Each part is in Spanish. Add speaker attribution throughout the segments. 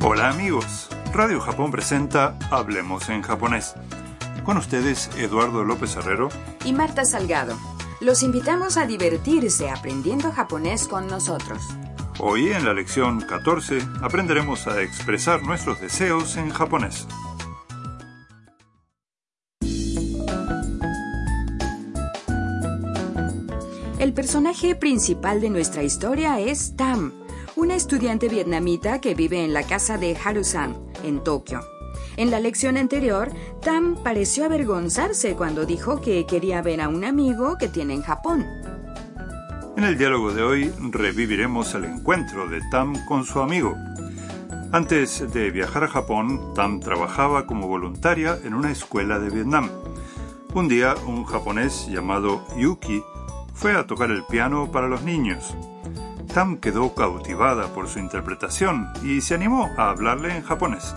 Speaker 1: Hola amigos, Radio Japón presenta Hablemos en japonés. Con ustedes Eduardo López Herrero
Speaker 2: y Marta Salgado. Los invitamos a divertirse aprendiendo japonés con nosotros.
Speaker 1: Hoy en la lección 14 aprenderemos a expresar nuestros deseos en japonés.
Speaker 2: El personaje principal de nuestra historia es Tam, una estudiante vietnamita que vive en la casa de Harusan, en Tokio. En la lección anterior, Tam pareció avergonzarse cuando dijo que quería ver a un amigo que tiene en Japón.
Speaker 1: En el diálogo de hoy reviviremos el encuentro de Tam con su amigo. Antes de viajar a Japón, Tam trabajaba como voluntaria en una escuela de Vietnam. Un día, un japonés llamado Yuki fue a tocar el piano para los niños. Tam quedó cautivada por su interpretación y se animó a hablarle en japonés.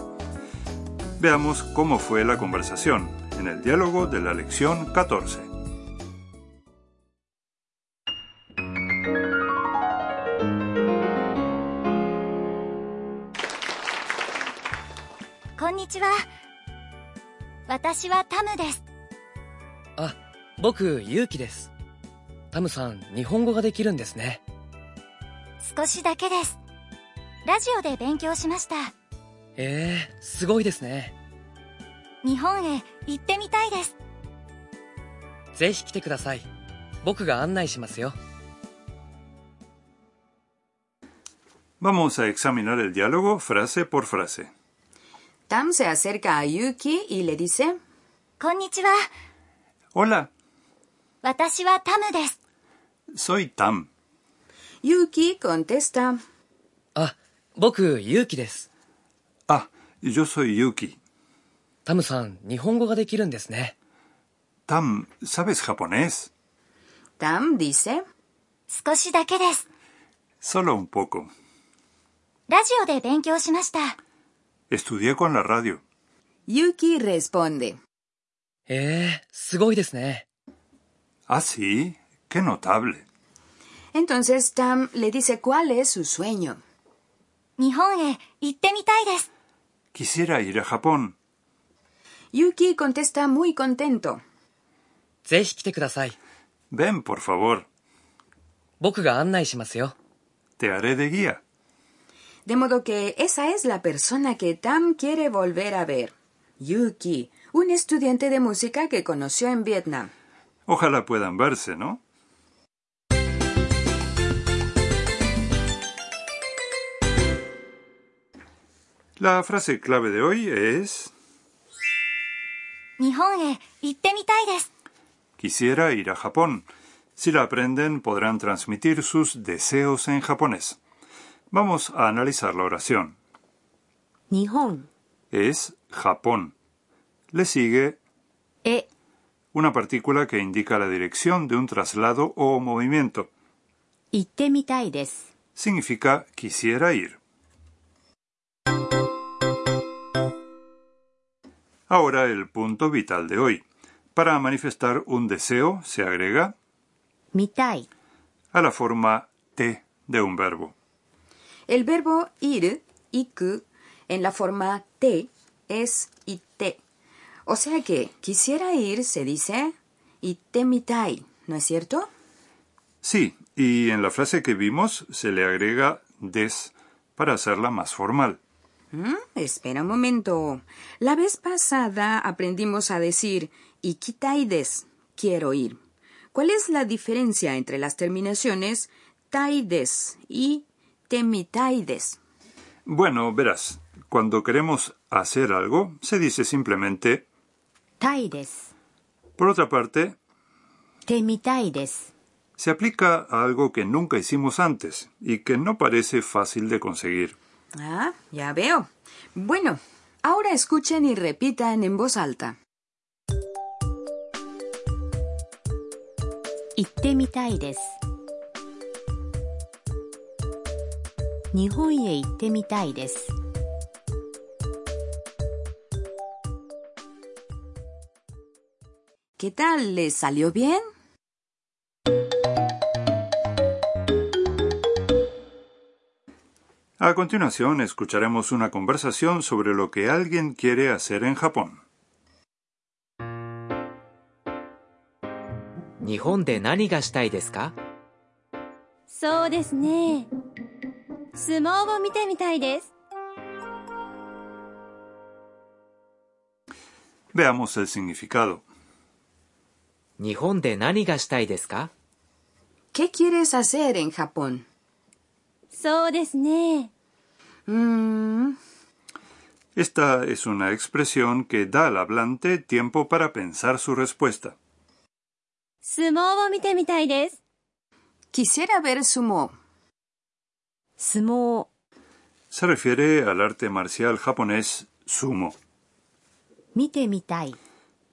Speaker 1: Veamos cómo fue la conversación en el diálogo de la lección 14.
Speaker 3: こんにちは。私はタムです。
Speaker 4: あ、僕、ゆうきです。タムさん、日本語ができるんですね。
Speaker 3: 少しだけです。ラジオで勉強しました。
Speaker 4: ええすごいですね。
Speaker 3: 日本へ行ってみたいです。
Speaker 4: ぜひ来てください。僕が案内しますよ。
Speaker 1: Vamos a examinar el diálogo frase por frase.
Speaker 2: Tam se acerca a Yuki y le dice,
Speaker 3: こんにちは。
Speaker 1: Hola,
Speaker 3: 私はタムです。
Speaker 1: soy Tam.
Speaker 2: Yuki contesta,
Speaker 4: あ、僕、ゆうきです。
Speaker 1: Ah, yo soy Yuki.
Speaker 4: タムさん、日本語ができるんですね。
Speaker 1: Tam, ¿sabes japonés?
Speaker 2: Tam dice,
Speaker 3: 少しだけです。
Speaker 1: Solo un poco.
Speaker 3: ラジオで勉強しました。
Speaker 1: Estudié con la radio.
Speaker 2: Yuki responde.
Speaker 4: ええすごいですね。
Speaker 1: Ah, sí, qué notable.
Speaker 2: Entonces Tam le dice cuál es su sueño.
Speaker 3: 日本へ行ってみたいです。
Speaker 1: Quisiera ir a Japón.
Speaker 2: Yuki contesta muy contento.
Speaker 4: ぜひ来てください。
Speaker 1: Ven, por favor.
Speaker 4: 僕が案内しますよ。
Speaker 1: Te haré de guía.
Speaker 2: De modo que esa es la persona que Tam quiere volver a ver. Yuki, un estudiante de música que conoció en Vietnam.
Speaker 1: Ojalá puedan verse, ¿no? La frase clave de hoy es
Speaker 3: 日本へ行ってみたいです。
Speaker 1: quisiera ir a Japón. Si la aprenden podrán transmitir sus deseos en japonés. Vamos a analizar la oración.
Speaker 5: 日本
Speaker 1: Es Japón. Le sigue
Speaker 5: へ
Speaker 1: una partícula que indica la dirección de un traslado o movimiento.
Speaker 5: 行ってみたいです。
Speaker 1: Significa quisiera ir. Ahora el punto vital de hoy. Para manifestar un deseo se agrega
Speaker 5: 見たい
Speaker 1: a la forma te de un verbo.
Speaker 2: El verbo ir, iku, en la forma te, es ite. O sea que quisiera ir se dice itemitai, ¿no es cierto?
Speaker 1: Sí, y en la frase que vimos se le agrega des para hacerla más formal.
Speaker 2: Mm, espera un momento. La vez pasada aprendimos a decir ikitaides, quiero ir. ¿Cuál es la diferencia entre las terminaciones taides y temitaides?
Speaker 1: Bueno, verás, cuando queremos hacer algo se dice simplemente
Speaker 5: たいです。
Speaker 1: Por otra parte,
Speaker 5: てみたいです。
Speaker 1: se aplica a algo que nunca hicimos antes y que no parece fácil de conseguir.
Speaker 2: Ah, ya veo. Bueno, ahora escuchen y repitan en voz alta.
Speaker 5: 行ってみたいです。日本へ行ってみたいです。
Speaker 2: ¿Qué tal? ¿Les salió bien?
Speaker 1: A continuación, escucharemos una conversación sobre lo que alguien quiere hacer en Japón.
Speaker 6: 日本で何がしたいですか
Speaker 7: そうですね相撲を見てみたいです
Speaker 1: Veamos el significado.
Speaker 6: 日本で何がしたいですか
Speaker 2: ¿Qué quieres hacer en Japón?
Speaker 7: そうですね
Speaker 2: Mm,
Speaker 1: Esta es una expresión que da al hablante tiempo para pensar su respuesta.
Speaker 7: 相撲を見てみたいです
Speaker 2: quisiera ver sumo.
Speaker 5: 相撲
Speaker 1: Se refiere al arte marcial japonés sumo.
Speaker 5: 見てみたい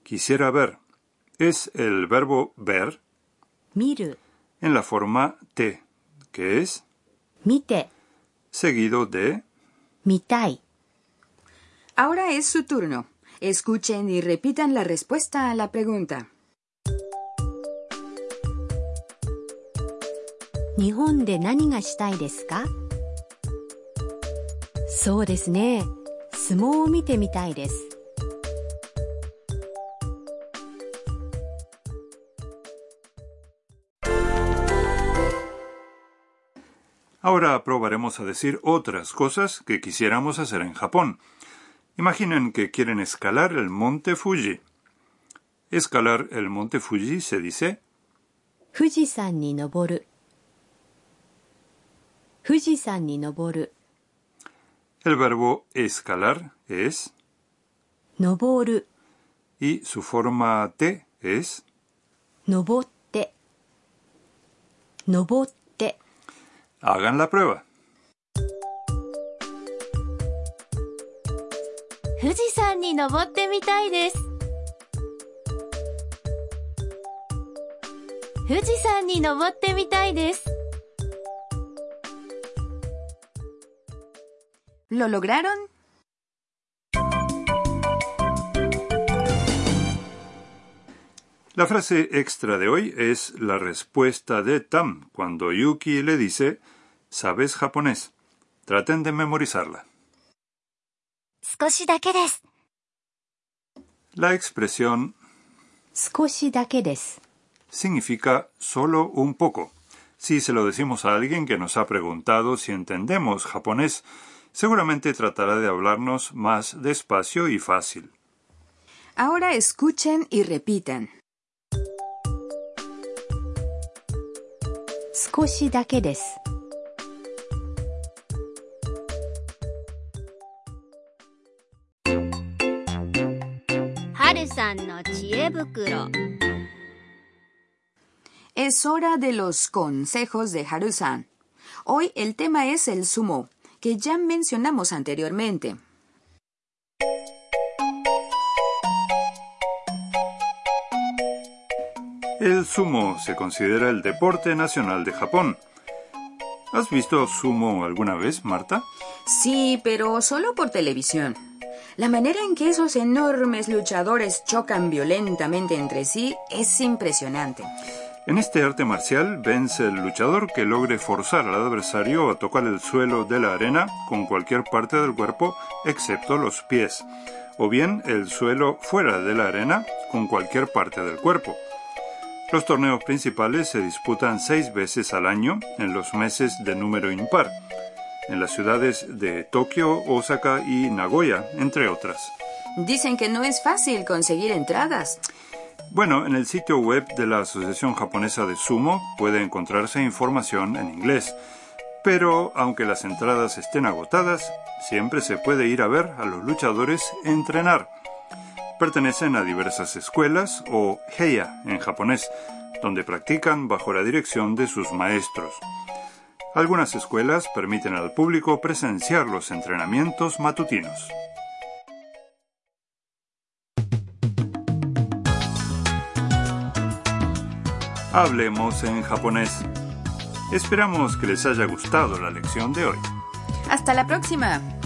Speaker 1: Quisiera ver. Es el verbo ver
Speaker 5: 見る
Speaker 1: en la forma te, que es
Speaker 5: 見て
Speaker 1: seguido de
Speaker 5: 見たい
Speaker 2: Ahora es su turno. Escuchen y repitan la respuesta a la pregunta.
Speaker 5: 日本で何がしたいですかそうですね相撲を見てみたいです
Speaker 1: Ahora probaremos a decir otras cosas que quisiéramos hacer en Japón. Imaginen que quieren escalar el monte Fuji. Escalar el monte Fuji se dice
Speaker 5: 富士山に登る富士山に登る
Speaker 1: el verbo escalar es
Speaker 5: 登る
Speaker 1: y su forma te es.
Speaker 5: 登って登って
Speaker 1: Hagan la prueba.
Speaker 7: 富士山に登ってみたいです富士山に登ってみたいです
Speaker 2: ¿Lo lograron?
Speaker 1: La frase extra de hoy es la respuesta de Tam cuando Yuki le dice ¿Sabes japonés? Traten de memorizarla.
Speaker 3: 少しだけです。
Speaker 1: La expresión
Speaker 5: 少しだけです
Speaker 1: significa solo un poco. Si se lo decimos a alguien que nos ha preguntado si entendemos japonés, seguramente tratará de hablarnos más despacio y fácil.
Speaker 2: Ahora escuchen y repitan.
Speaker 5: 少しだけです
Speaker 8: 春さんの知恵袋
Speaker 2: Es hora de los consejos de Harusan. Hoy el tema es el sumo, que ya mencionamos anteriormente.
Speaker 1: El sumo se considera el deporte nacional de Japón. ¿Has visto sumo alguna vez, Marta?
Speaker 2: Sí, pero solo por televisión. La manera en que esos enormes luchadores chocan violentamente entre sí es impresionante.
Speaker 1: En este arte marcial vence el luchador que logre forzar al adversario a tocar el suelo de la arena con cualquier parte del cuerpo excepto los pies, o bien el suelo fuera de la arena con cualquier parte del cuerpo. Los torneos principales se disputan seis veces al año en los meses de número impar, en las ciudades de Tokio, Osaka y Nagoya, entre otras.
Speaker 2: Dicen que no es fácil conseguir entradas.
Speaker 1: Bueno, en el sitio web de la Asociación Japonesa de Sumo puede encontrarse información en inglés. Pero aunque las entradas estén agotadas, siempre se puede ir a ver a los luchadores entrenar. Pertenecen a diversas escuelas o heiya en japonés, donde practican bajo la dirección de sus maestros. Algunas escuelas permiten al público presenciar los entrenamientos matutinos. Hablemos en japonés. Esperamos que les haya gustado la lección de hoy.
Speaker 2: Hasta la próxima.